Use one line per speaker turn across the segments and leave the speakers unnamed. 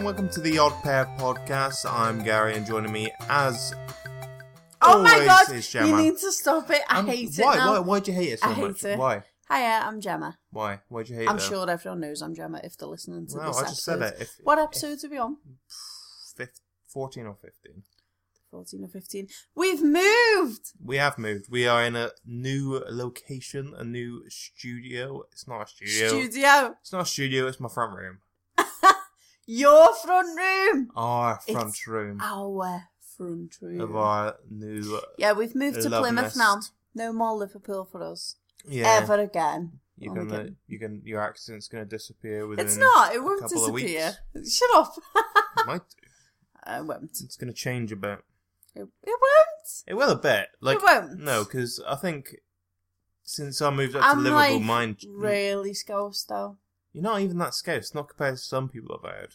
welcome to the Odd Pair podcast. I'm Gary, and joining me, as
Oh my
always,
god!
is
You
Gemma.
need to stop it. I
Um,
hate
why,
it now.
Why? Why'd you hate it so
I hate
much?
it.
Why?
Hiya, I'm Gemma.
Why? Why'd you hate
I'm
it?
sure everyone knows I'm Gemma if they're listening to
Wow,
this
I just said
episode.
it. If-
what
if-
episodes are we on?
Fif- 14 or 15.
14 or 15. We've moved!
We have moved. We are in a new location, a new studio. It's not a studio.
Studio.
it's not a studio, it's my front room.
Your front room.
Our front
It's
room
Our front
of
room.
our new.
Yeah, we've moved to
Love nest.
Plymouth now. No more Liverpool for us.
Yeah.
Ever again.
You're
Oh, we
gonna,
didn't.
you can, your accent's gonna disappear within.
It's not. It won't
couple of
disappear. Shut up.
It might do.
I won't.
It's gonna change a bit.
It, it won't.
It will a bit. Like
it won't.
no, because I think since I moved up to
I'm
Liverpool,
like
mine
really scoused though.
you're not even that scarce. Not compared to some people I've heard.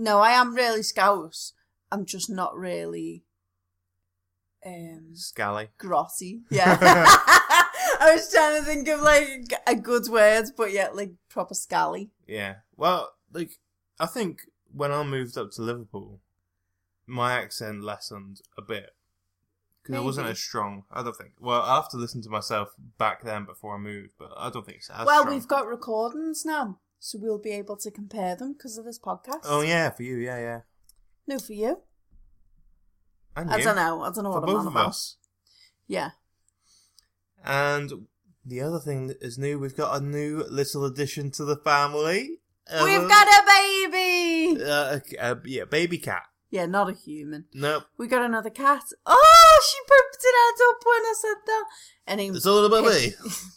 No, I am really scouse. I'm just not really um
Scally.
grotty. Yeah. I was trying to think of like a good word, but yet like proper scally.
Yeah. Well, like I think when I moved up to Liverpool, my accent lessened a bit because it wasn't
Maybe.
as strong. I don't think. Well, I have to listen to myself back then before I moved, but I don't think it's as
well,
strong.
we've got recordings now, so we'll be able to compare them because of this podcast.
Oh yeah, for you, yeah, yeah.
No, for you.
And
I
you.
don't know. I don't know
For
what I'm
both
on
of
about.
us.
Yeah.
And the other thing that is new, we've got a new little addition to the family. Uh,
We've got a baby.
uh, a- a- yeah, baby cat.
Yeah, not a human.
Nope,
We got another cat. Oh, she pooped her head up when I said that. And he
it's all about me.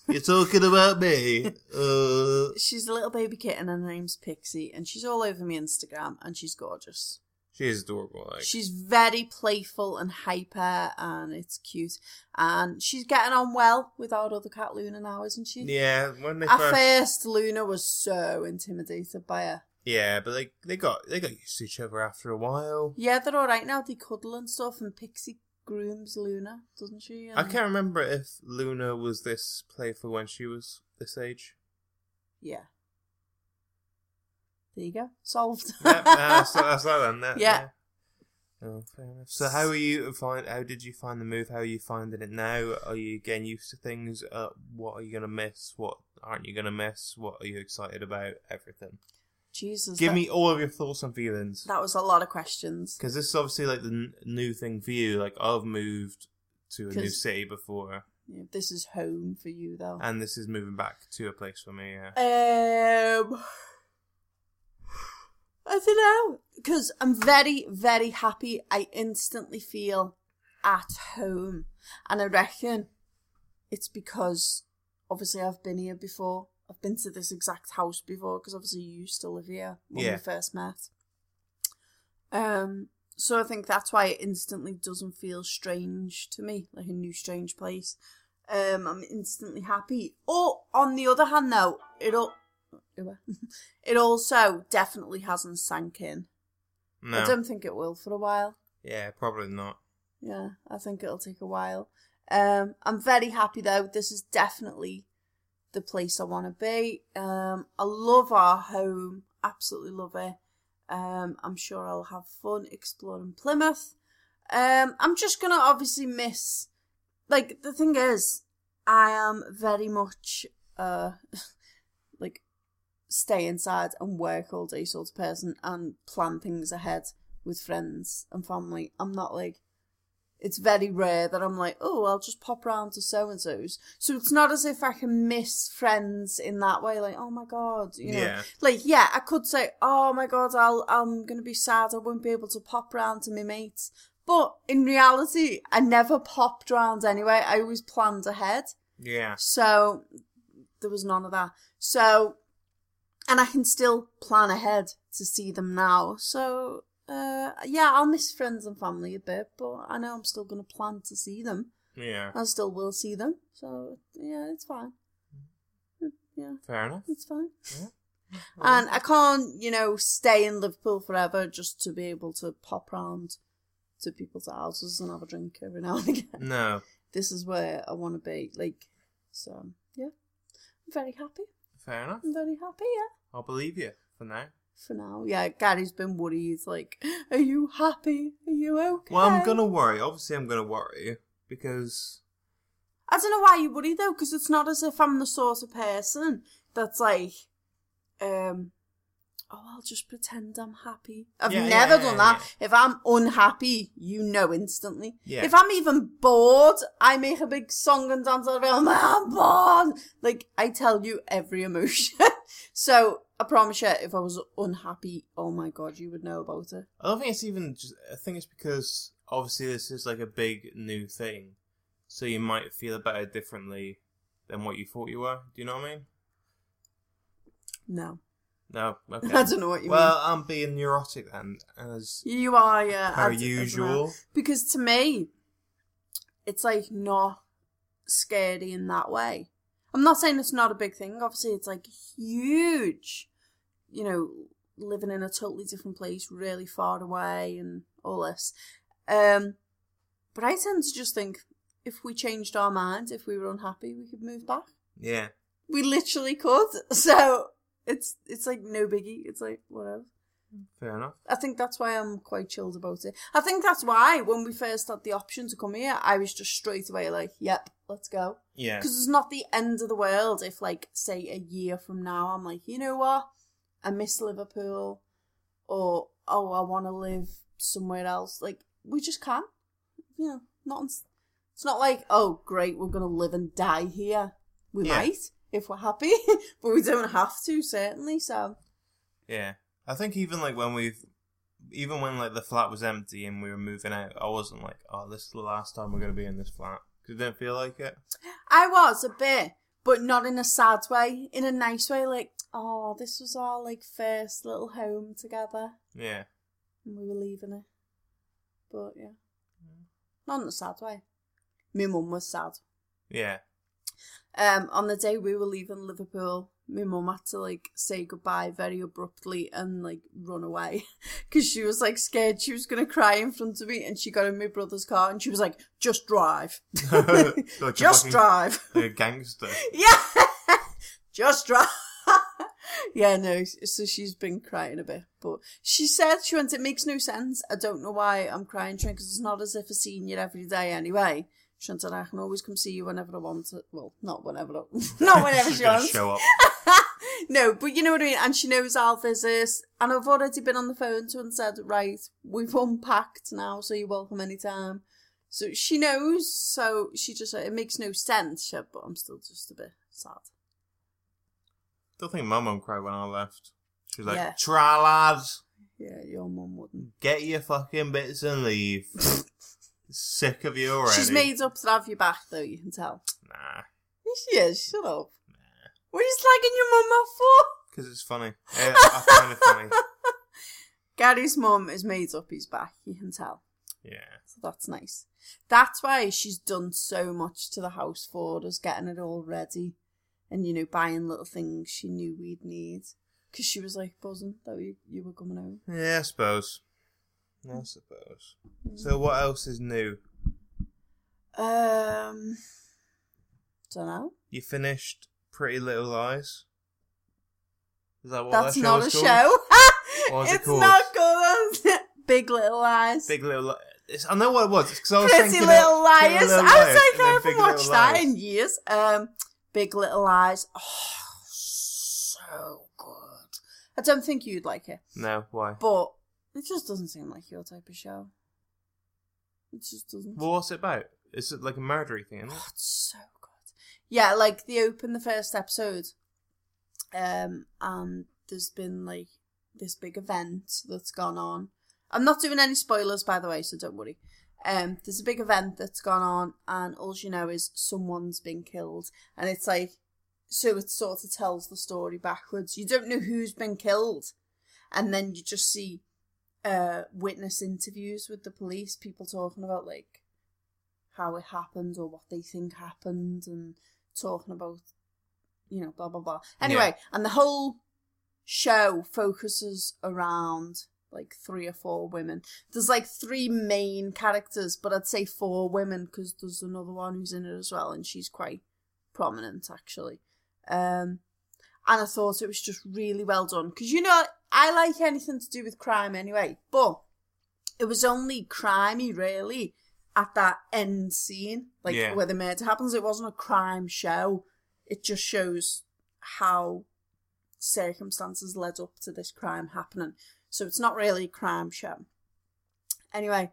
You're talking about me. Uh,
She's a little baby kitten, and her name's Pixie, and she's all over my Instagram, and she's gorgeous.
she is adorable. Like.
She's very playful and hyper, and it's cute. And she's getting on well with our other cat Luna now, isn't she?
yeah, when they
At
first,
first, Luna was so intimidated by her.
yeah, but they they got they got used to each other after a while.
Yeah, they're all right now. They cuddle and stuff, and Pixie grooms Luna, doesn't she?
I
And-
can't remember if Luna was this playful when she was this age.
Yeah. There you go. Solved.
Yep, uh, so that's that then. That,
Yeah.
yeah. Oh, fair enough. So how are you find? How did you find the move? How are you finding it now? Are you getting used to things? Uh, what are you gonna miss? What aren't you gonna miss? What are you excited about? Everything.
Jesus.
Give
that-
me all of your thoughts and feelings,
That was a lot of questions.
because this is obviously like the n- new thing for you. Like I've moved to a new
'Cause-
city before,
Yeah, This is home for you, though.
and this is moving back to a place for me. Yeah.
Um, I don't know because I'm very, very happy. I instantly feel at home, and I reckon it's because obviously I've been here before. I've been to this exact house before because obviously you used to live here when
Yeah.
we first met. Um, so I think that's why it instantly doesn't feel strange to me, like a new strange place. Um, I'm instantly happy. Or on the other hand, though, it all it also definitely hasn't sank in. I
No.
don't think it will for a while.
Yeah, probably not.
Yeah, I think it'll take a while. Um, I'm very happy though. This is definitely the place I want to be. Um, I love our home. Absolutely love it. Um, I'm sure I'll have fun exploring Plymouth. Um, I'm just gonna obviously miss. Like the thing is, I am very much uh, like stay inside and work all day sort of person and plan things ahead with friends and family. I'm not like it's very rare that I'm like, oh, I'll just pop round to so and so's. So it's not as if I can miss friends in that way. Like, oh my god, you know,
Yeah.
like yeah, I could say, oh my god, I'll I'm gonna be sad. I won't be able to pop round to my mates. But in reality, I never popped round anyway. I always planned ahead.
Yeah.
So there was none of that. So, and I can still plan ahead to see them now. So, uh, yeah, I'll miss friends and family a bit, but I know I'm still going to plan to see them.
Yeah.
I still will see them. So, yeah, it's fine. Yeah,
Fair enough.
it's fine.
Yeah.
And I can't, you know, stay in Liverpool forever just to be able to pop round to people's houses and have a drink every now and again
No.
this is where I want to be. Like, so yeah, I'm very happy.
Fair enough.
I'm very happy. Yeah,
I'll believe you for now.
for now. Yeah, Gary's been worried. He's like, "Are you happy? Are you okay?"
Well, I'm gonna worry. Obviously, I'm gonna worry because
I don't know why you worry though, because it's not as if I'm the sort of person that's like, um, oh, I'll just pretend I'm happy. I've
Yeah, yeah,
never
yeah,
done
yeah,
that. If I'm unhappy, you know instantly.
Yeah.
If I'm even bored, I make a big song and dance out of it. I'm like, I'm bored. Like I tell you every emotion. so I promise you, if I was unhappy, oh my god, you would know about it.
I don't think it's even. Just, I think it's because obviously this is like a big new thing, so you might feel about it differently than what you thought you were. Do you know what I mean?
No,
No. Okay.
I don't know what you
well, I'm being neurotic then, as
mean. You are, yeah.
per
I d- as well.
usual.
Because to me, it's like not scary in that way. I'm not saying it's not a big thing. Obviously, it's like huge, you know, living in a totally different place, really far away, and all this. Um, but I tend to just think if we changed our minds, if we were unhappy, we could move back.
Yeah.
We literally could. So it's it's like no biggie. It's like whatever.
Fair enough.
I think that's why I'm quite chilled about it. I think that's why when we first had the option to come here, I was just straight away like, yep, let's go.
Yeah.
Because it's not the end of the world if, like, say a year from now, I'm like, you know what? I miss Liverpool or, oh, I want to live somewhere else. Like, we just can. You know, not, it's not like, oh, great, we're going to live and die here. We
Yeah.
might if we're happy, but we don't have to, certainly. So,
Yeah. I think even like when we've, even when like the flat was empty and we were moving out, I wasn't like, oh, this is the last time we're gonna be in this flat. 'Cause it didn't feel like it.
I was a bit, but not in a sad way, in a nice way. Like, oh, this was our like first little home together,
Yeah.
and we were leaving it. But yeah,
Mm.
not in a sad way. My mum was sad.
Yeah.
Um, on the day we were leaving Liverpool, my mum had to like say goodbye very abruptly and like run away because she was like scared she was gonna cry in front of me, and she got in my brother's car and she was like, "Just drive,
Like a
just
fucking-
drive."
Like a gangster.
Yeah, just right. yeah, no. So she's been crying a bit, but she said she went. It makes no sense. I don't know why I'm crying, Trent, because it's not as if I've seen you every day anyway. She said I can always come see you whenever I want. To. Well, not whenever, I- not whenever
She's
she
gonna
wants.
show up.
No, but you know what I mean. And she knows I'll visit. And I've already been on the phone to her and said, right, we've unpacked now, so you're welcome anytime. So she knows. So she just, it makes no sense. yeah, But I'm still just a bit sad.
Don't think my mum cried when I left. She was like,
Yeah.
try lads,
Yeah, your mum wouldn't.
get your fucking bits and leave. Sick of you already.
She's made up to have you back, though, you can tell.
Nah,
She is, shut up. What are you slagging your mum off for?
because it's funny. Yeah, I find it funny.
Gary's mum is made up he's back, you can tell.
Yeah.
So that's nice. That's why she's done so much to the house for us, getting it all ready and, you know, buying little things she knew we'd need. Because she was like buzzing that you, you were coming home.
Yeah, I suppose. I suppose. So, what else is new?
Um, don't know.
You finished Pretty Little Lies? Is that what
That's
that show
not a
is called?
show.
What is it
it's
called?
not called Big Little Lies.
Big Little Lies. It's, I know what it was. Because I was
Pretty
thinking
Little
of Pretty
Liars.
Little
I
Liars
was like,
and
I
then
haven't
Big Little
watched that
Lies.
in years. Um, Big Little Lies. Oh, so good. I don't think you'd like it,
No, why?
but it just doesn't seem like your type of show. It just doesn't.
Well, what's it about? Is it like a murdery thing? Isn't
Oh,
it?
it's so good. Yeah, like they open the first episode, um, and there's been like this big event that's gone on. I'm not doing any spoilers, by the way, so don't worry. Um, there's a big event that's gone on, and all you know is someone's been killed, and it's like, so it sort of tells the story backwards. You don't know who's been killed, and then you just see uh witness interviews with the police, people talking about like how it happened or what they think happened and talking about you know blah blah blah anyway and the whole show focuses around like three or four women there's like three main characters but i'd say four women because there's another one who's in it as well and she's quite prominent actually um and i thought it was just really well done because you know I like anything to do with crime anyway, but it was only crimey really at that end scene, like
Yeah.
where the murder happens. It wasn't a crime show. It just shows how circumstances led up to this crime happening. So it's not really a crime show. Anyway,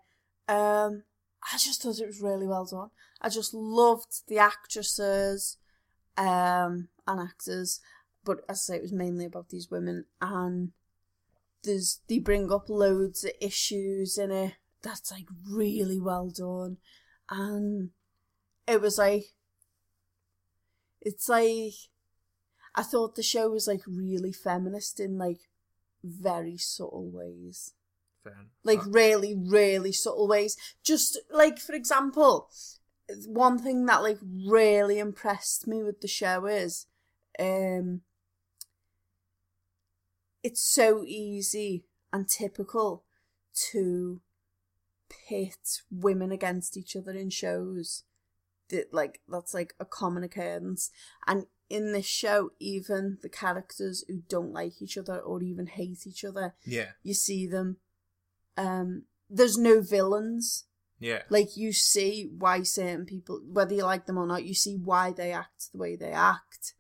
um, I just thought it was really well done. I just loved the actresses um, and actors, but as I say, it was mainly about these women, and there's they bring up loads of issues in it that's like really well done, and it was like it's like I thought the show was like really feminist in like very subtle ways
Fair enough.
like
Uh,
really really subtle ways just like for example one thing that like really impressed me with the show is um it's so easy and typical to pit women against each other in shows that like that's like a common occurrence and in this show even the characters who don't like each other or even hate each other
yeah,
you see them um there's no villains
yeah,
like you see why certain people whether you like them or not you see why they act the way they act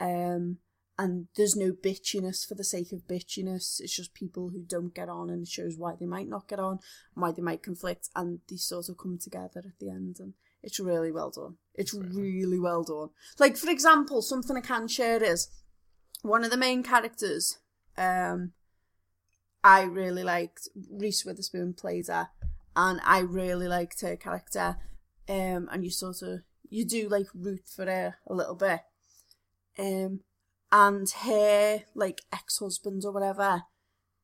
um and there's no bitchiness for the sake of bitchiness it's just people who don't get on and it shows why they might not get on why they might conflict and they sort of come together at the end and it's really well done it's
Fair enough.
really well done like for example something i can share is one of the main characters um i really liked reese witherspoon plays her and I really liked her character. Um, and you sort of you do like root for her a little bit. Um, and her like ex husband or whatever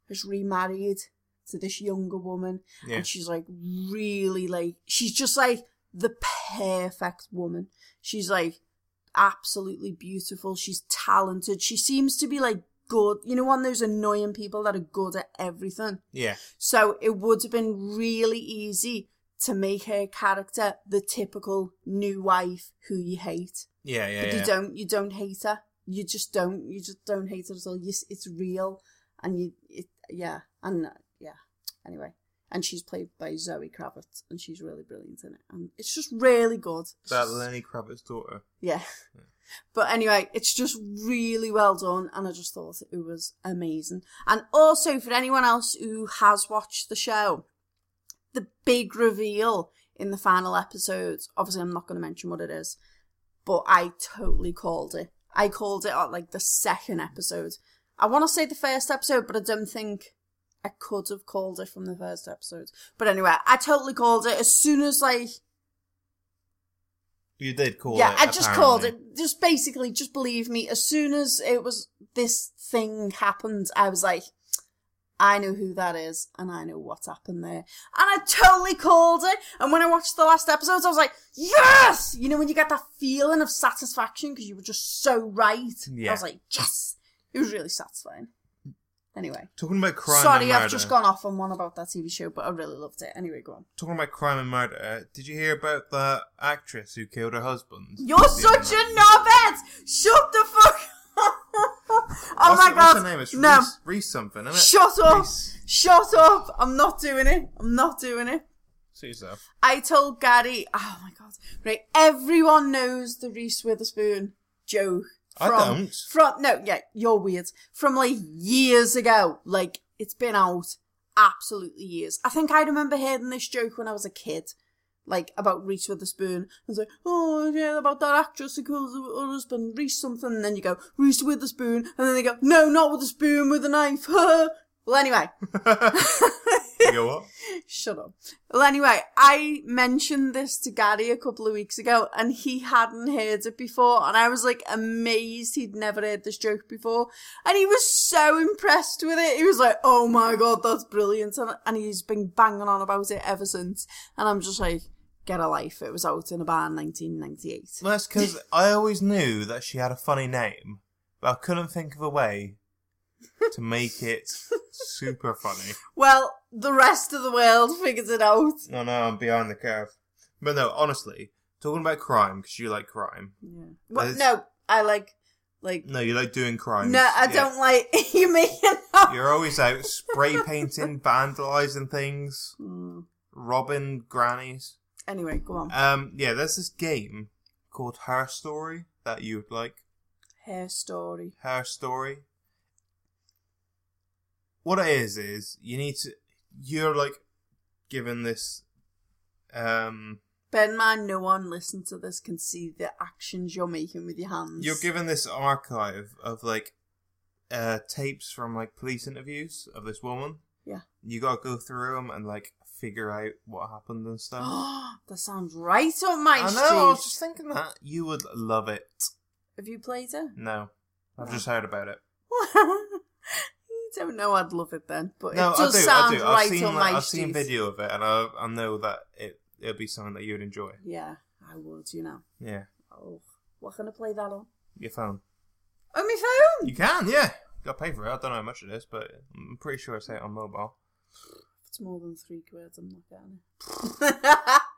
has remarried to this younger woman,
yeah.
and she's like really like she's just like the perfect woman. She's like absolutely beautiful. She's talented. She seems to be like good. You know, one of those annoying people that are good at everything.
yeah,
So it would have been really easy to make her character the typical new wife who you hate,
yeah, yeah,
but
yeah.
you don't. You don't hate her. You just don't. You just don't hate her at all. Yes, it's real, and you. It, yeah, and uh, yeah. Anyway, and she's played by Zoe Kravitz, and she's really brilliant in it, and it's just really good. It's
That
just-
Lenny Kravitz daughter.
yeah. But anyway, it's just really well done, and I just thought it was amazing. And also, for anyone else who has watched the show, the big reveal in the final episode obviously, I'm not going to mention what it is, but I totally called it. I called it at like the second episode. I want to say the first episode, but I don't think I could have called it from the first episode. But anyway, I totally called it as soon as like
You did call
yeah,
it.
I just called
apparently.
it. Just basically, just believe me. As soon as it was this thing happened, I was like, I know who that is, and I know what happened there, and I totally called it. And when I watched the last episodes, I was like, yes. You know, when you get that feeling of satisfaction because you were just so right. I
Yeah.
was like, yes. It was really satisfying. Anyway,
Talking about crime.
sorry,
and
I've
murder.
just gone off on one about that TV show, but I really loved it. Anyway, go on.
Talking about crime and murder. Did you hear about that actress who killed her husband?
You're such a knobhead! Shut the fuck up! oh
what's,
my god!
What's her name? It's
no!
Reese, Reese something, isn't it?
Shut up!
Reese.
Shut up! I'm not doing it. I'm not doing it.
Suit yourself.
I told Gary. Oh my god! Right, everyone knows the Reese Witherspoon joke.
I
From,
don't.
From no, yeah, you're weird. From like years ago, like it's been out absolutely years. I think I remember hearing this joke when I was a kid, like about Reese Witherspoon. I was like, oh yeah, about that actress who kills her her husband, Reese something. And then you go Reese Witherspoon, and then they go, no, not with a spoon, with a knife. well, anyway,
you go what?
Shut up. Well, anyway, I mentioned this to Gary a couple of weeks ago, and he hadn't heard it before, and I was like amazed he'd never heard this joke before, and he was so impressed with it. He was like, "Oh my god, that's brilliant!" and, and he's been banging on about it ever since. And I'm just like, "Get a life!" It was out in a bar in 1998.
Well, that's because I always knew that she had a funny name, but I couldn't think of a way to make it super funny.
Well, the rest of the world figures it out.
No, no, I'm behind the curve. But no, honestly, talking about crime because you like crime.
Yeah. Well,
It's-
no, I like, like.
No, you like doing crime.
No, I don't like you making a
You're always out spray painting, vandalizing things,
Mm.
robbing grannies.
Anyway, go on.
Um, yeah, there's this game called Her Story that you would like.
Hair story.
Her Story. What it is is you need to. You're like given this. Um,
Bear in mind, no one listening to this can see the actions you're making with your hands.
you're given this archive of like uh tapes from like police interviews of this woman.
Yeah.
You gotta go through them and like figure out what happened and stuff.
that sounds right up my
I
street.
know. I was just thinking that you would love it.
Have you played it?
No, I've
No.
just heard about it.
you don't know I'd love it then, but
no,
it does
I do.
sound
I do.
right
I've seen
on
like,
my
I've
street.
seen video of it, and I I know that it it'll be something that you would enjoy.
Yeah, I would, you know.
Yeah,
Oh, what can I play that on?
your phone.
On my phone?
You can, yeah. Got to pay for it. I don't know how much it is, but I'm pretty sure it's out on mobile.
If it's more than three quid, I'm not getting it.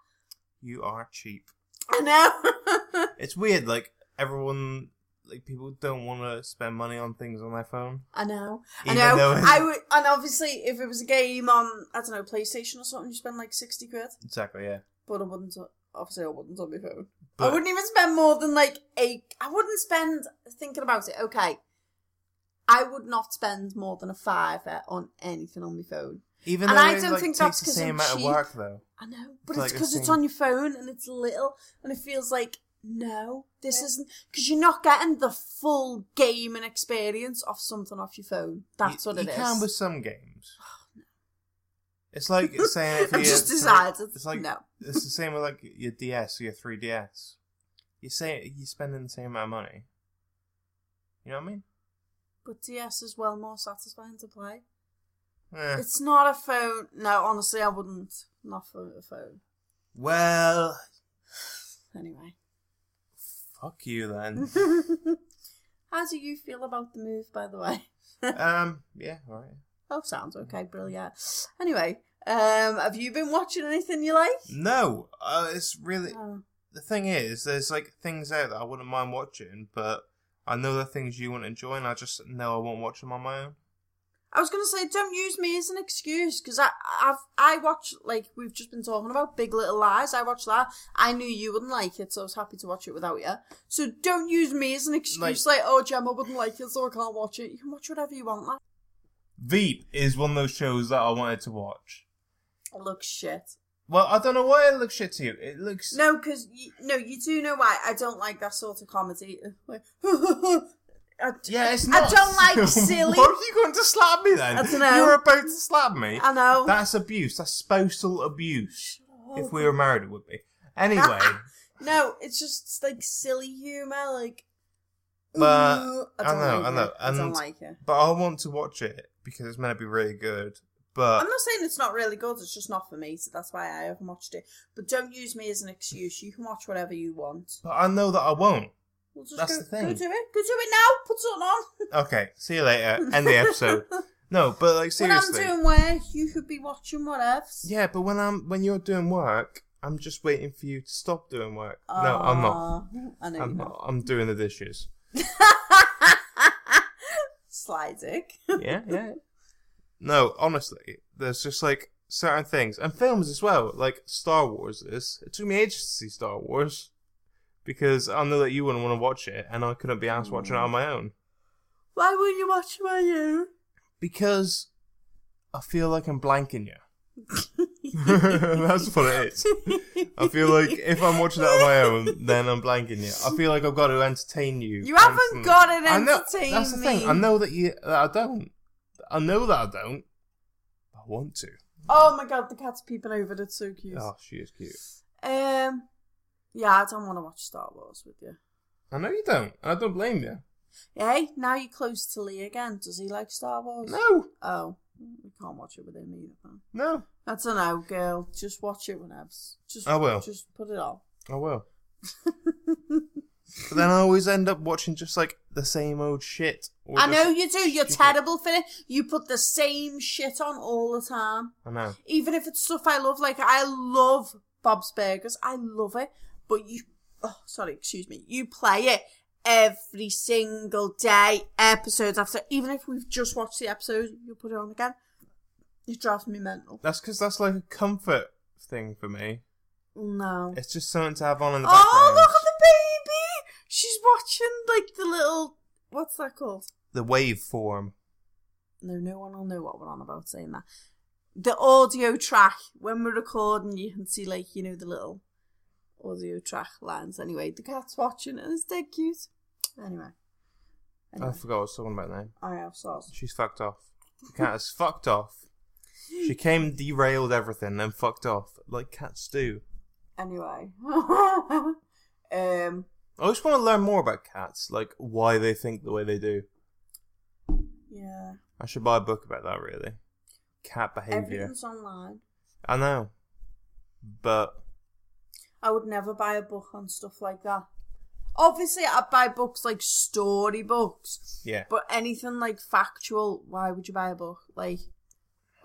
You are cheap.
I know.
It's weird. Like everyone, like people don't want to spend money on things on their phone.
I know.
Even
I
though
know.
it-
I would, and obviously, if it was a game on, I don't know, PlayStation or something, you spend like sixty quid.
Exactly. Yeah.
But I wouldn't. Obviously, I wouldn't on my phone.
But
I wouldn't even spend more than like eight. I wouldn't spend thinking about it. Okay, I would not spend more than a fiver on anything on my phone.
even
and
though
I
it,
don't
like,
think
takes
that's
the
'cause
same
I'm
amount
cheap.
of work though.
I know,
It's
but it's
like a
because it's
thing.
on your phone and it's little, and it feels like no, this isn't because you're not getting the full game and experience of something off your phone. That's
you,
what it is.
you can with some games. It's like saying if
I've
you
just
three-
decided.
It's like
no.
it's the same with like your DS or your 3DS. You say you're spending the same amount of money. You know what I mean?
But DS is well more satisfying to play.
Eh.
It's not a phone. No, honestly, I wouldn't. Not for a phone.
Well,
Anyway.
fuck you then.
How do you feel about the move, by the way?
um, yeah, all right.
Oh, sounds okay. Brilliant. Anyway, um, have you been watching anything you like?
No, uh, it's really
Oh,
the thing is, there's like things out that I wouldn't mind watching, but I know the things you wouldn't enjoy, and I just know I won't watch them on my own.
I was gonna say, don't use me as an excuse because I, I've, I watch like we've just been talking about Big Little Lies. I watched that. I knew you wouldn't like it, so I was happy to watch it without you. So don't use me as an excuse, like, oh, Gemma wouldn't like it, so I can't watch it. You can watch whatever you want. Like,
Veep is one of those shows that I wanted to watch.
it looks shit.
Well, I don't know why it looks shit to you. It looks
No, because you, no, you do know why I don't like that sort of comedy. Like, I,
Yeah, it's
I
not.
don't like silly-
What are you going to slap me then?
I dunno.
You're about to slap me.
I know. Oh,
That's abuse. That's spousal abuse. If we were married, it would be. Anyway,
no, it's just like silly humor, like.
But,
ooh,
I
don't
know,
like
I know,
it. I don't
and-
like it.
but I want to watch it because it's meant to be really good.
I'm
But
not saying it's not really good. It's just not for me, so that's why I haven't watched it. But don't use me as an excuse. You can watch whatever you want.
but I know that I won't.
We'll just
That's
go,
the thing.
go do it. Go do it now. Put something on.
Okay, see you later. End the episode. No, but like seriously.
When I'm doing work, you could be watching whatever.
yeah, but when I'm when you're doing work, I'm just waiting for you to stop doing work. no, I'm not.
I know
I'm
you're
not. I'm doing the dishes.
Sly dick.
yeah, yeah. No, honestly, there's just like certain things and films as well, like Star Wars. Is it took me ages to see Star Wars because I know that you wouldn't want to watch it, and I couldn't be asked watching it on my own
Why wouldn't you watch my you?
because I feel like I'm blanking you. That's what it is. I feel like if I'm watching it on my own, then I'm blanking you. I feel like I've got to entertain you.
You haven't
constantly.
got to
I know-
entertain
That's the
me.
thing. I know that you. That I don't. I know that I don't. I want to.
Oh my god, the cat's peeping over. That's so cute.
Oh, she is cute.
Um, yeah, I don't want to watch Star Wars with you.
I know you don't. I don't blame you.
Hey, now you're close to Lee again. Does he like Star Wars?
No,
Oh, we can't watch it with him either. Then.
no.
I don't know, girl. Just watch it when Ebs. Just
I will.
Just put it on.
I will. Oh, but then I always end up watching just like the same old shit. or
I
just-
know you do. You're
stupid.
terrible for it. You put the same shit on all the time.
I know.
even if it's stuff I love. Like I love Bob's Burgers, I love it. But you, oh, sorry, excuse me. You play it every single day, episode after. Even if we've just watched the episode, you put it on again. It drives me mental.
That's because that's like a comfort thing for me.
No.
It's just something to have on in the background.
Oh, look at the baby! She's watching like the little what's that called?
the waveform.
No, no one will know what we're on about saying that. The audio track when we're recording, you can see like you know the little audio track lines. Anyway, the cat's watching and it's dead cute. Anyway,
I
anyway
forgot what I was talking about now.
I have sauce.
She's fucked off. The cat is fucked off. She came, derailed everything, then fucked off like cats do.
Anyway, um,
I just want to learn more about cats, like why they think the way they do.
yeah,
I should buy a book about that, really. Cat behavior.
everything's online.
I know, but
I would never buy a book on stuff like that. Obviously, I'd buy books like story books,
yeah,
but anything like factual, why would you buy a book? Like,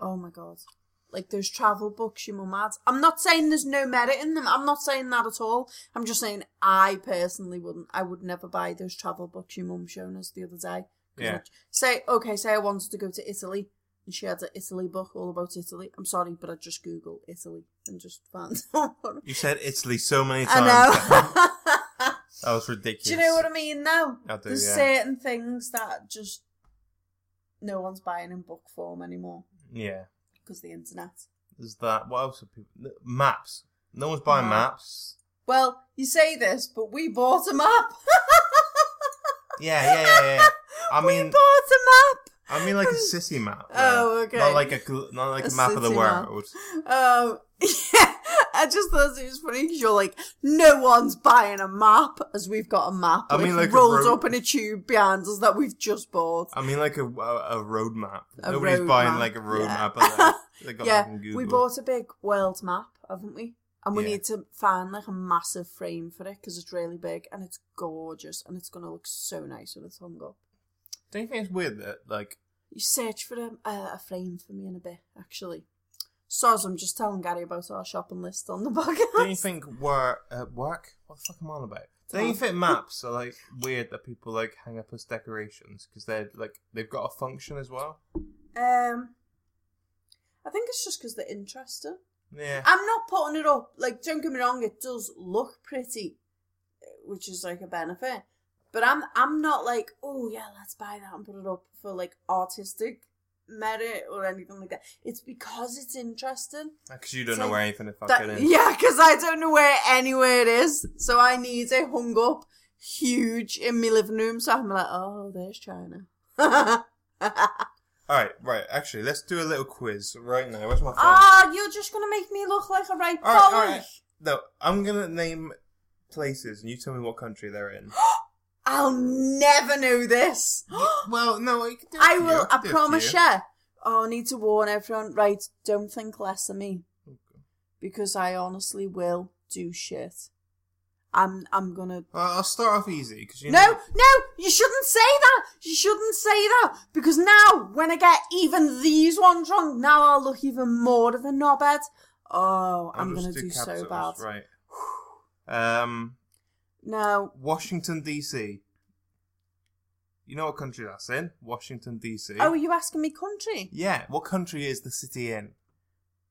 oh my god. Like, there's travel books your mum had. I'm not saying there's no merit in them. I'm not saying that at all. I'm just saying I personally wouldn't. I would never buy those travel books your mum shown us the other day. 'Cause
Yeah.
like, Say, okay, say I wanted to go to Italy and she had an Italy book all about Italy. I'm sorry, but I just Google Italy and just found
you said Italy so many times.
I know.
That was ridiculous.
do you know what I mean now?
I do,
There's
yeah.
certain things that just no one's buying in book form anymore
Yeah,
because the internet.
there's that. What else? Are people... Maps. No one's buying maps.
Well, you say this, but we bought a map.
Yeah, yeah, yeah, yeah. I
we
mean,
bought a map.
I mean like a city map.
Oh,
yeah.
okay.
Not like a gl- not like
A
a, map of the
city map.
world.
Um, yeah, I just thought it was funny because you're like, no one's buying a map as we've got a map.
I mean, like a
rolled
road-
up in a tube behind us that we've just bought.
I mean, like a a, a road map.
A
Nobody's
road
buying
map,
like a road
yeah.
map. Are they? They got
yeah,
that from Google.
we bought a big world map, haven't we? And we
Yeah.
need to find like a massive frame for it because it's really big and it's gorgeous and it's gonna look so nice when it's hung up.
Don't you think it's weird that like
You search for a, a, a frame for me in a bit, actually. Soz, I'm just telling Gary about our shopping list on the
don't you
podcast.
think we're at work? What the fuck am I on about? Don't you think maps are like weird that people like hang up as decorations because they're like they've got a function as well?
um, I think it's just because they're interesting.
Yeah,
I'm not putting it up. Like, don't get me wrong, it does look pretty, which is like a benefit. But I'm I'm not like, oh yeah, let's buy that and put it up for like artistic merit or anything like that. It's because it's interesting.
because you don't
Ah, so
know where anything is fucking
That,
is.
yeah, because I don't know where anywhere it is, so I need it hung up huge in my living room. So I'm like, oh, there's China.
All right, right. Actually, let's do a little quiz right now. Where's my phone?
Ah, you're just gonna make me look like a right boy.
All right, all right. No, I'm gonna name places, and you tell me what country they're in.
I'll never know this.
well, no, I can do a
I
few,
will. I
can do a
promise
few.
you. Oh, I need to warn everyone. Right, don't think less of me because I honestly will do shit. I'm. I'm gonna.
Well, I'll start off easy because you
No,
know.
no, you shouldn't say that. You shouldn't say that because now, when I get even these ones wrong, now I'll look even more of a knobhead. Oh,
I'll
I'm
just
gonna do, so bad.
capitals, Right. Um,
No,
Washington D.C. You know what country that's in? Washington D.C.
oh, are you asking me country?
yeah. What country is the city in?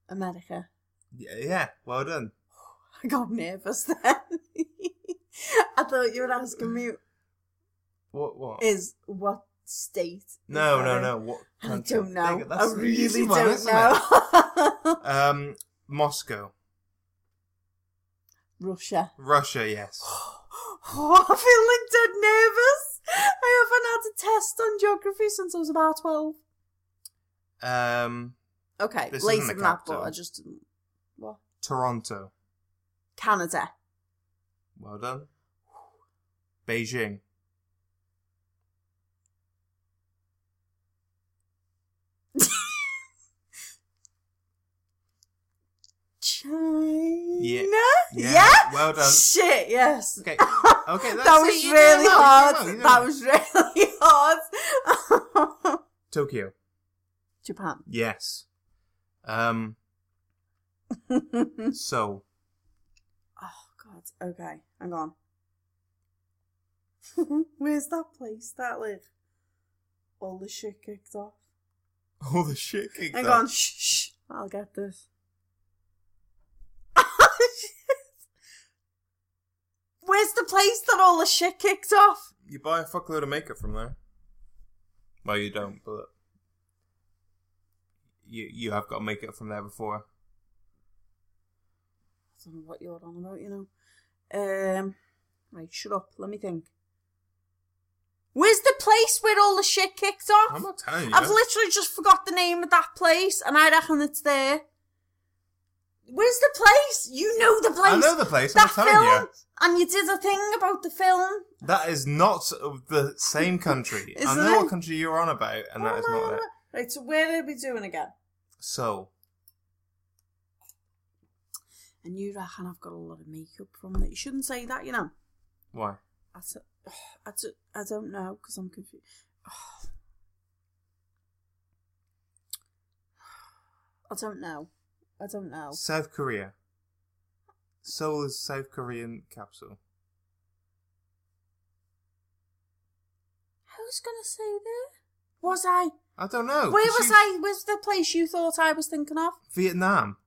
America.
Yeah, yeah. Well done.
I got nervous then. I thought you were asking me
What? What?
is what state. is
no,
that
no,
in?
no. What?
And I
Country?
don't know.
Dang,
I
an easy
really
one,
don't
isn't it?
know.
Um, Moscow,
Russia.
Russia. Yes.
Oh, I feel like dead nervous. I haven't had a test on geography since I was about 12.
Um,
Okay,
This
later
isn't the
than that, but
capital.
I just didn't. What?
Toronto.
Canada.
Well done. Beijing.
China?
Yeah.
Yeah?
Well done.
Shit, yes.
Okay. Okay. That's
that
it,
was
you did
really
well, you
hard.
did well,
That
you did
was really hard.
Tokyo.
Japan.
Yes. Um. so
Oh God. Okay, hang on. Where's that place that like all the shit kicked off?
All the shit kicked
Hang
off.
on, shh, shh. I'll get this. Where's the place that all the shit kicked off?
You buy a fuckload of makeup from there. Well, you don't, but you you have got makeup from there before.
I don't know what you're on about, you know. Um, right, shut up. Let me think. Where's the place where all the shit kicked off?
I'm not telling you.
I've literally just forgot the name of that place, and I reckon it's there. Where's the place? You know the place.
I know the place.
that
I'm telling
film,
you.
and you did a thing about the film.
That is not of the same country. I
Isn't
know
it? Oh
what country you're on about, and that is not it.
Right, so where are we doing again?
So,
And you reckon I've got a lot of makeup from that. You shouldn't say that, you know.
why?
I said, I, don't, I don't know because I'm confused. I don't know. I don't know.
South Korea. Seoul is South Korean capital.
I was gonna say there. Was I?
I don't know.
Where
'cause
was
Oh, you-
I? Was the place you thought I was thinking of?
Vietnam.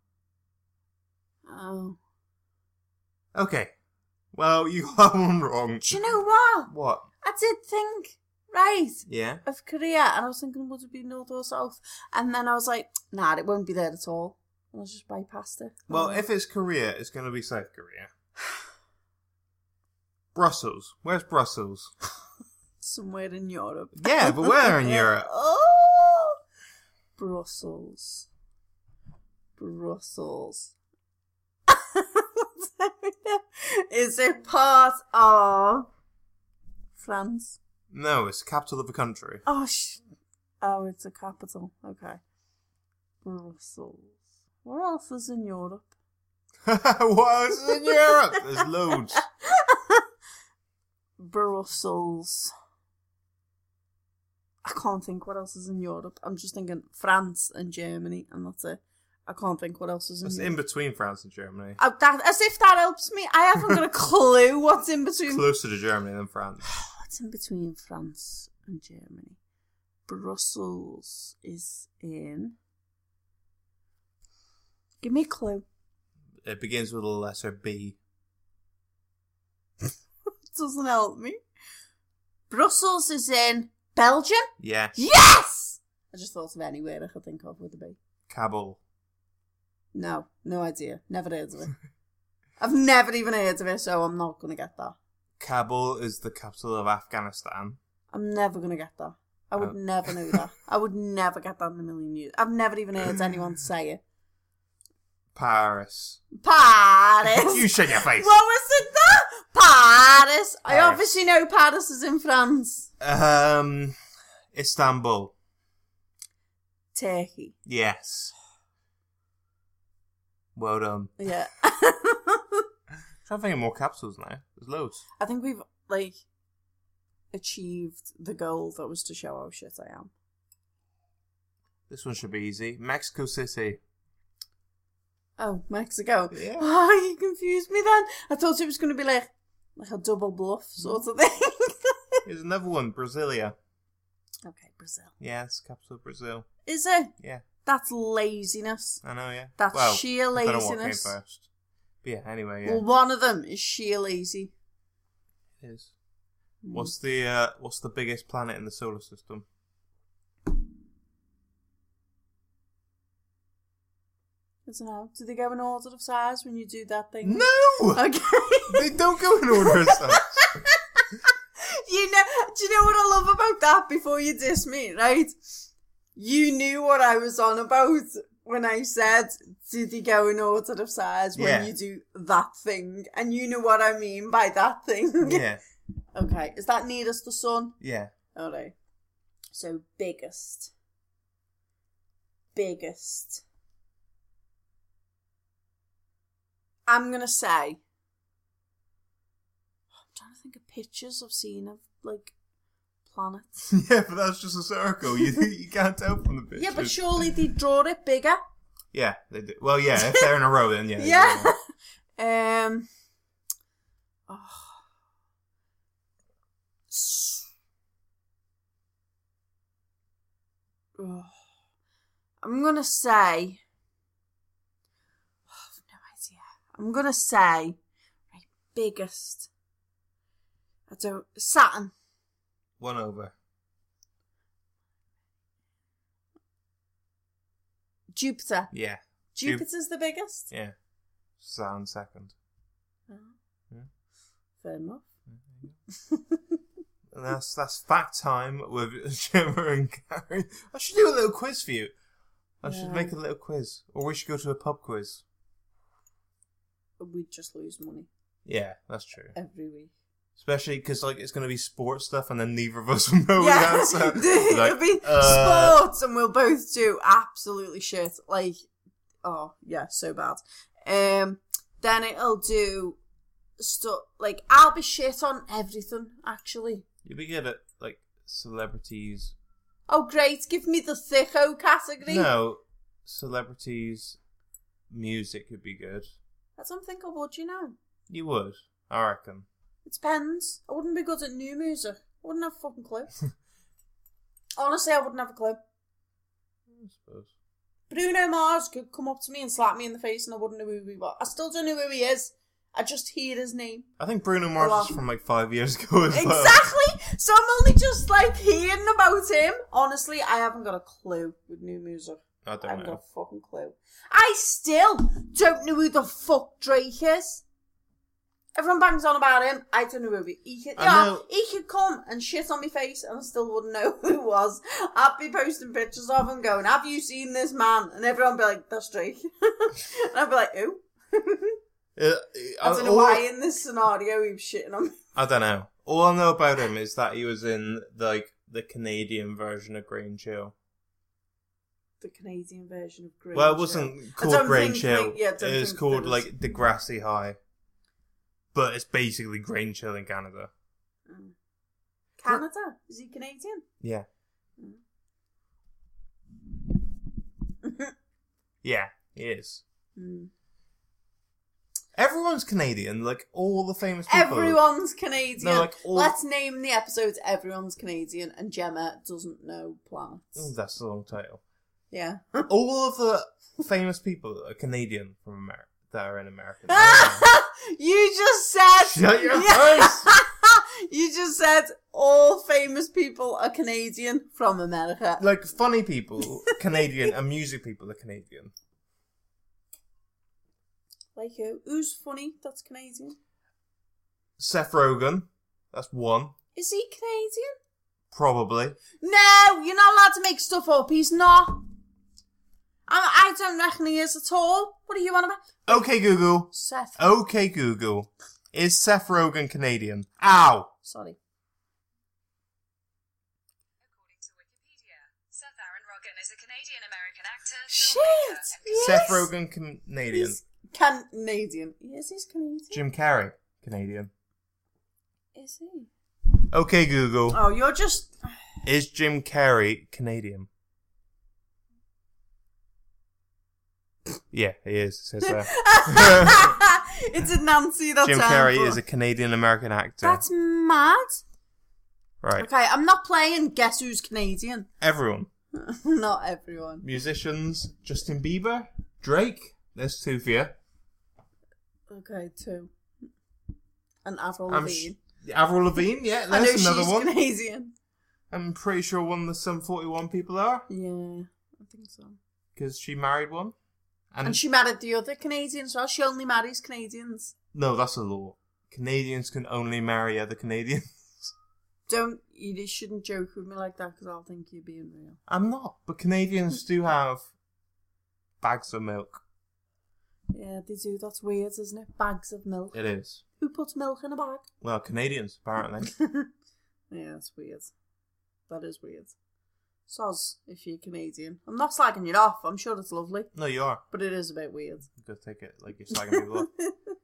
Oh.
Okay. Well, you got one wrong.
Do you know what?
What?
I did think, right,
Yeah.
of Korea, and I was thinking, would it be north or south? And then I was like, nah, it won't be there at all. And I just bypassed it.
Well, if it's Korea, it's going to be South Korea. Brussels. Where's Brussels?
somewhere in Europe.
Yeah, but where in Europe?
Oh, Brussels. Brussels. Is it part of France?
No, it's the capital of a country.
Oh, sh- oh, it's a capital. Okay, Brussels. What else is in Europe?
what is in Europe? There's loads.
Brussels. I can't think what else is in Europe. I'm just thinking France and Germany, and that's it. I can't think what else is in
It's
Europe.
in between France and Germany.
Oh, that, as if that helps me. I haven't got a clue what's in between.
Closer to Germany than France.
What's in between France and Germany? Brussels is in. Give me a clue.
It begins with a letter B.
doesn't help me. Brussels is in Belgium.
Yeah.
Yes! I just thought of anywhere I could think of with a B.
Kabul.
No, no idea. Never heard of it. I've never even heard of it, so I'm not going to get that.
Kabul is the capital of Afghanistan.
I'm never going to get that. I would
Oh.
never know that. I would never get that in a million years. I've never even heard anyone say it.
Paris.
Paris!
You shake your face.
what was it that? Paris! I
Paris.
obviously know Paris is in France.
Um, Istanbul.
Turkey.
Yes. Well done.
Yeah.
I'm thinking more capitals now. There's loads.
I think we've, like, achieved the goal that was to show how shit I am.
This one should be easy. Mexico City.
Oh, Mexico.
Yeah.
Oh, you confused me then. I thought it was going to be like like a double bluff sort of thing.
Here's another one. Brasilia.
okay, Brazil.
Yeah, it's the capital of Brazil.
Is it?
Yeah,
That's laziness.
I know. Yeah.
That's
well,
sheer
I don't know what came
laziness.
first. But yeah. Anyway, yeah.
Well, one of them is sheer lazy.
it is. What's the uh, What's the biggest planet in the solar system?
I don't know. Do they go in order of size when you do that thing?
No,
Okay.
they don't go in order. of size.
you know, do you know what I love about that? Before you diss me, right? You knew what I was on about when I said, "Did he go in order of size when
Yeah.
you do that thing?" And you know what I mean by that thing.
yeah,
Okay, is that nearest the sun?
yeah.
Oh no. So biggest, biggest. I'm gonna say. I'm trying to think of pictures I've seen of like planets.
Yeah, but that's just a circle. You you can't tell from the pictures.
Yeah, but surely they draw it bigger.
Yeah, they do. Well, yeah, if they're in a row, then yeah. they
Yeah.
do.
Ehm, Um. Oh. Ugh. oh. I'm gonna say. oh, I've no idea. I'm gonna say my biggest. I don't Saturn.
One over.
Jupiter.
Yeah. Ju-
Jupiter's the biggest.
Yeah. Sound second. Yeah.
Fair enough.
And that's that's fact time with Gemma and Gary. I should do a little quiz for you. I should
Yeah.
make a little quiz, or we should go to a pub quiz.
We'd just lose money
Yeah, that's true.
every week.
Especially because like it's gonna be sports stuff, and then neither of us will know the answer.
it'll
Like,
be
uh,
sports, and we'll both do absolutely shit. Like, oh yeah, so bad. Um, then it'll do stuff like I'll be shit on everything. Actually,
You'll be good at like celebrities.
oh great, give me the thicko category.
No, celebrities, music would be good.
I don't think I would. You know,
You would, I reckon.
it depends. I wouldn't be good at new music. I wouldn't have a fucking clue. Honestly, I wouldn't have a clue.
I suppose.
Bruno Mars could come up to me and slap me in the face, and I wouldn't know who he was. I still don't know who he is. I just hear his name.
I think Bruno Mars
Well-
is from like five years ago as well.
Exactly. So I'm only just like hearing about him. Honestly, I haven't got a clue with new music.
I
I
don't
haven't got
know.
a fucking clue. I still don't know who the fuck Drake is. Everyone bangs on about him. I don't know who he, he could.
I
Yeah,
know-
he could come and shit on my face, and I still wouldn't know who it was. I'd be posting pictures of him, going, "Have you seen this man?" And everyone would be like, "That's Drake," and I'd be like, "Who?"
Uh, oh.
I don't know
all-
why in this scenario he was shitting on me.
I don't know. All I know about him is that he was in like the Canadian version of Green Chill.
the Canadian version of Green.
well, it
Show.
wasn't
I
called
don't
Green
think
Chill.
Green- yeah, I
it
don't
was
think
called
that
like
is-
Degrassi High, but it's basically Green Chill in Canada.
Mm. Canada? Is he Canadian?
Yeah. yeah, he is.
Mm.
Everyone's Canadian. Like all the famous people.
Everyone's Canadian.
No, like, all-
Let's name the episode Everyone's Canadian and Gemma doesn't know
Oh,
planets.
that's the long title.
Yeah.
all of the famous people are Canadian from America that are in America.
you just said.
Shut your
Yeah.
face!
you just said all famous people are Canadian from America.
like funny people, Canadian, and music people are Canadian.
Like who? Who's funny that's Canadian?
Seth Rogen, that's one
Is he Canadian?
probably.
No, you're not allowed to make stuff up. He's not. I, I don't reckon he is at all. What are you on about?
Okay Google,
Seth.
okay Google, is Seth Rogen Canadian? Ow!
Sorry.
According to Wikipedia, Seth Aaron Rogen is a Canadian American actor.
Shit!
filmmaker, and
Seth
Yes!
Rogen Canadian.
He's Canadian. Yes, he's Canadian.
Jim Carrey Canadian.
Is he?
Okay Google,
Oh, you're just.
is Jim Carrey Canadian? Yeah, he is. It says there.
it's a Nancy. That's
Jim Carrey is a Canadian American actor.
That's mad.
right.
Okay, I'm not playing. Guess who's Canadian?
Everyone.
not everyone.
musicians Justin Bieber, Drake. There's two for you.
Okay, two. And Avril
I'm
Lavigne.
sh- Avril Lavigne, yeah,
I know
there's another
she's
one.
Canadian.
I'm pretty sure one that some 41 people are
Yeah, I think so.
because she married one. And,
And she married the other Canadian as well. She only marries Canadians.
no, that's a law. Canadians can only marry other Canadians.
Don't you just shouldn't joke with me like that because I'll think you're being real.
I'm not, but Canadians do have bags of milk.
Yeah, they do. That's weird, isn't it? Bags of milk.
It is.
Who puts milk in a bag?
Well, Canadians apparently.
yeah, that's weird. That is weird. Soz, if you're Canadian. I'm not slagging you off. I'm sure it's lovely,
no, you are.
but it is a bit weird.
Go take it like you're slagging people off.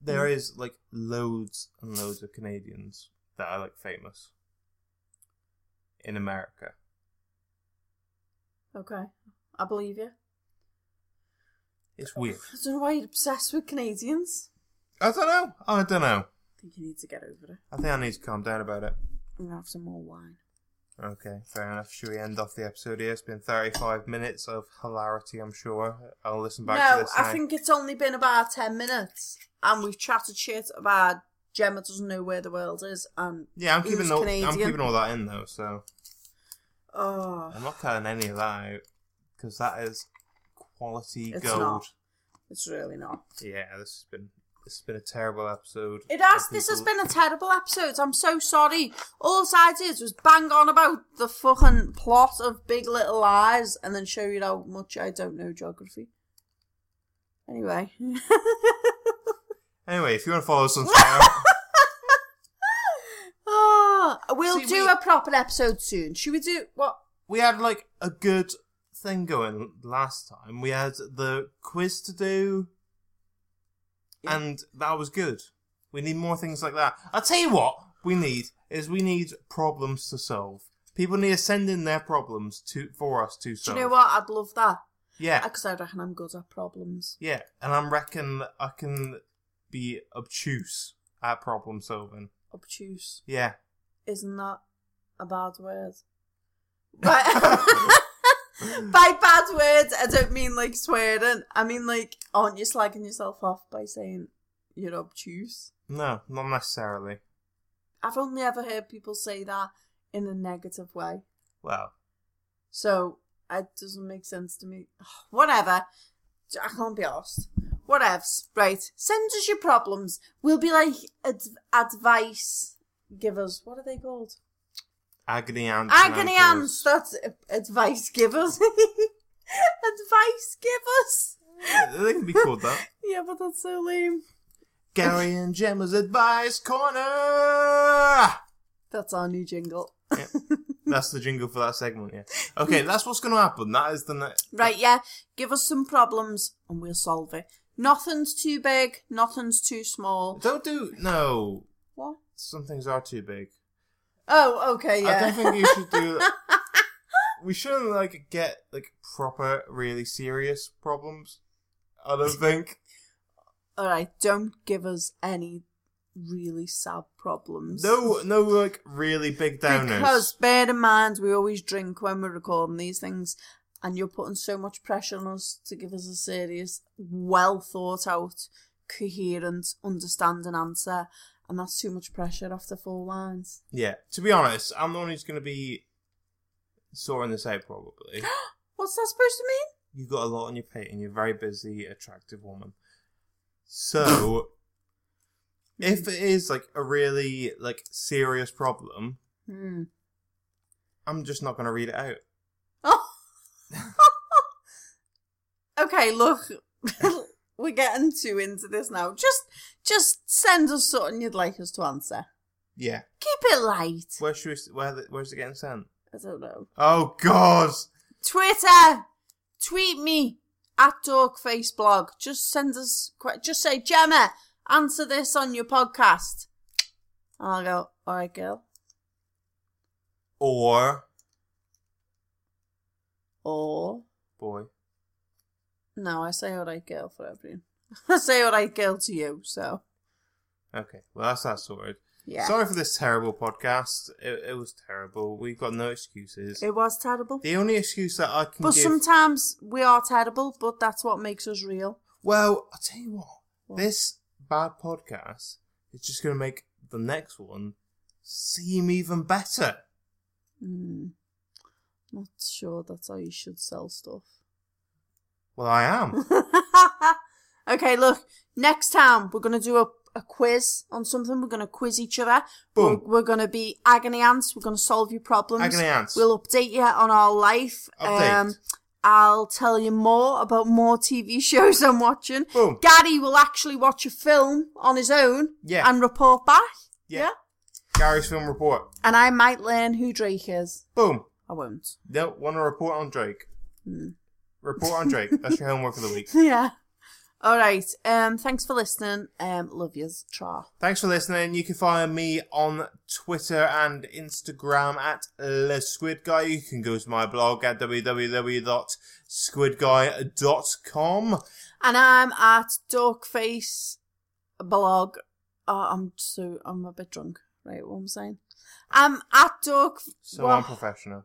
There is like loads and loads of Canadians that are like famous in America.
okay, I believe you.
It's weird.
I don't know why you're obsessed with Canadians.
I don't know. I don't know.
I think you need to get over it.
I think I need to calm down about it.
I'm gonna have some more wine.
Okay, fair enough. Should we end off the episode here? It's been 35 minutes of hilarity, I'm sure. I'll listen back to
no,
this.
I
now.
think it's only been about 10 minutes and we've chatted shit about Gemma doesn't know where the world is and,
Yeah, I'm
he was
keeping, all, I'm
Canadian.
keeping all that in, though, so
oh,
I'm not cutting any of that out because that is quality
It's
gold.
not. it's really not.
Yeah, this has been. This has been a terrible episode.
It has.
For
This has
people-
been a terrible episode. I'm so sorry. All I did was bang on about the fucking plot of Big Little Lies and then show you how much I don't know geography. Anyway.
Anyway, if you want to follow us on Twitter,
Ah, we'll
See,
do
we-
a proper episode soon. Should we do what?
we had like a good thing going last time. We had the quiz to do,
Yeah.
and that was good. We need more things like that. I'll tell you what we need is we need problems to solve. People need to send in their problems to for us to
Do
solve.
you know what? I'd love that.
Yeah,
Because I reckon I'm good at problems.
yeah, and I reckon I can be obtuse at problem solving.
Obtuse.
Yeah,
Isn't that a bad word? By, by bad words, I don't mean like swearing. I mean like, aren't you slagging yourself off by saying you're obtuse?
no, not necessarily.
I've only ever heard people say that in a negative way.
Well,
So it doesn't make sense to me. Whatever. I can't be asked. Whatevs. Right. Send us your problems. We'll be like ad- advice givers. What are they called?
agony ants. and
Agony
anchors.
ants. That's a- advice givers. advice givers.
They can be called that.
Yeah, but that's so lame.
Gary and Gemma's Advice Corner!
That's our new jingle.
That's the jingle for that segment, yeah. Okay, that's what's going to happen. That is the next.
Right, yeah. Give us some problems and we'll solve it. Nothing's too big. Nothing's too small.
Don't do. No.
What?
Some things are too big.
Oh, okay, yeah.
I don't think you should do. we shouldn't, like, get, like, proper, really serious problems. I don't think.
All right, don't give us any really sad problems.
No, no, like, really big downers.
Because bear in mind, we always drink when we're recording these things, and you're putting so much pressure on us to give us a serious, well thought out, coherent, understanding answer, and that's too much pressure after four lines.
Yeah, to be honest, I'm the one who's going to be sorting this out, probably.
What's that supposed to mean?
you've got a lot on your plate and you're a very busy, attractive woman. So,
Mm-hmm.
if it is like a really like serious problem,
Hmm.
I'm just not going to read it out.
Oh. okay, look, we're getting too into this now. Just, just send us something you'd like us to answer.
Yeah.
Keep it light.
Where should we, where the- where's it getting sent?
I don't know.
Oh God!
Twitter, tweet me at DorkFaceBlog. Just send us. que- Just say Gemma, answer this on your podcast. And I'll go. All right, girl.
Or
Or
boy.
no, I say all right, girl for everyone. I say all right, girl to you. So
Okay, well that's that sorted.
yeah,
Sorry for this terrible podcast. It, it was terrible. We've got no excuses.
it was terrible.
the only excuse that I can
But
give.
sometimes we are terrible, but that's what makes us real.
Well, I'll tell you what,
What?
This bad podcast is just going to make the next one seem even better.
Mm. Not sure that's how you should sell stuff.
Well, I am.
okay, look. Next time we're gonna do a, a quiz on something. We're gonna quiz each other.
Boom.
We're, we're gonna be agony ants. We're gonna solve your problems.
Agony ants.
We'll update you on our life.
Update.
Um, I'll tell you more about more TV shows I'm watching.
Boom.
Gary will actually watch a film on his own
Yeah.
and report back.
Yeah. Gary's film report.
And I might learn who Drake is.
Boom.
I won't.
Don't want to report on Drake.
Hmm.
Report on Drake. That's your homework of the week.
yeah. All right. Um. Thanks for listening. Um. Love yous. Tra.
Thanks for listening. You can find me on Twitter and Instagram at Le Squid Guy. You can go to my blog at www.squidguy.com.
And I'm at Dorkface blog. Oh, I'm so I'm a bit drunk. Right, what I'm saying. I'm at Dork.
So
Well,
unprofessional.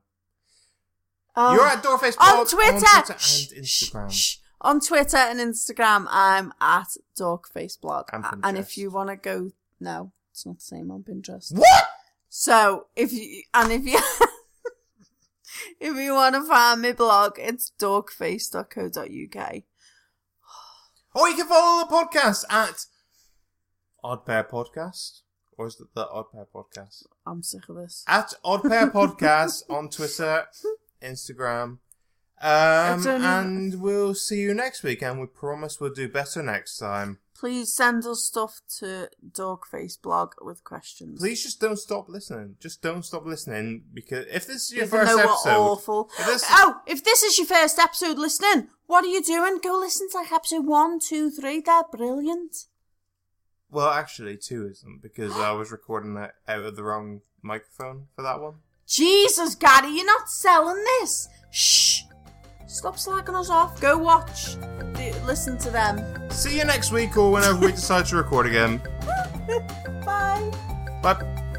um,
You're at Dorface
on,
Blog,
Twitter.
on Twitter
Shh,
and
shh,
Instagram.
shh. On Twitter and Instagram, I'm at Dorkface Blog.
And
A- and
Pinterest.
if you want to go, no, it's not the same on Pinterest.
What?
So if you and if you if you want to find my blog, it's dorkface.co.uk.
Or you can follow the podcast at Odd Pair Podcast. Or is it the Odd Pair Podcast?
I'm sick of this.
At Odd Pair Podcast on Twitter, Instagram. Um,
don't know.
and we'll see you next week, and we promise we'll do better next time.
Please send us stuff to Dorkface blog with questions.
Please just don't stop listening. Just don't stop listening because if this is your
Even
first
though we're
episode,
awful.
if this-
Oh, if this is your first episode listening, what are you doing? Go listen to like episode one, two, three. They're brilliant.
well, actually, two isn't because I was recording that out of the wrong microphone for that one.
Jesus, Gary, you're not selling this. Shh. Stop slacking us off. Go watch. D- listen to them.
See you next week or whenever we decide to record again.
Bye.
Bye.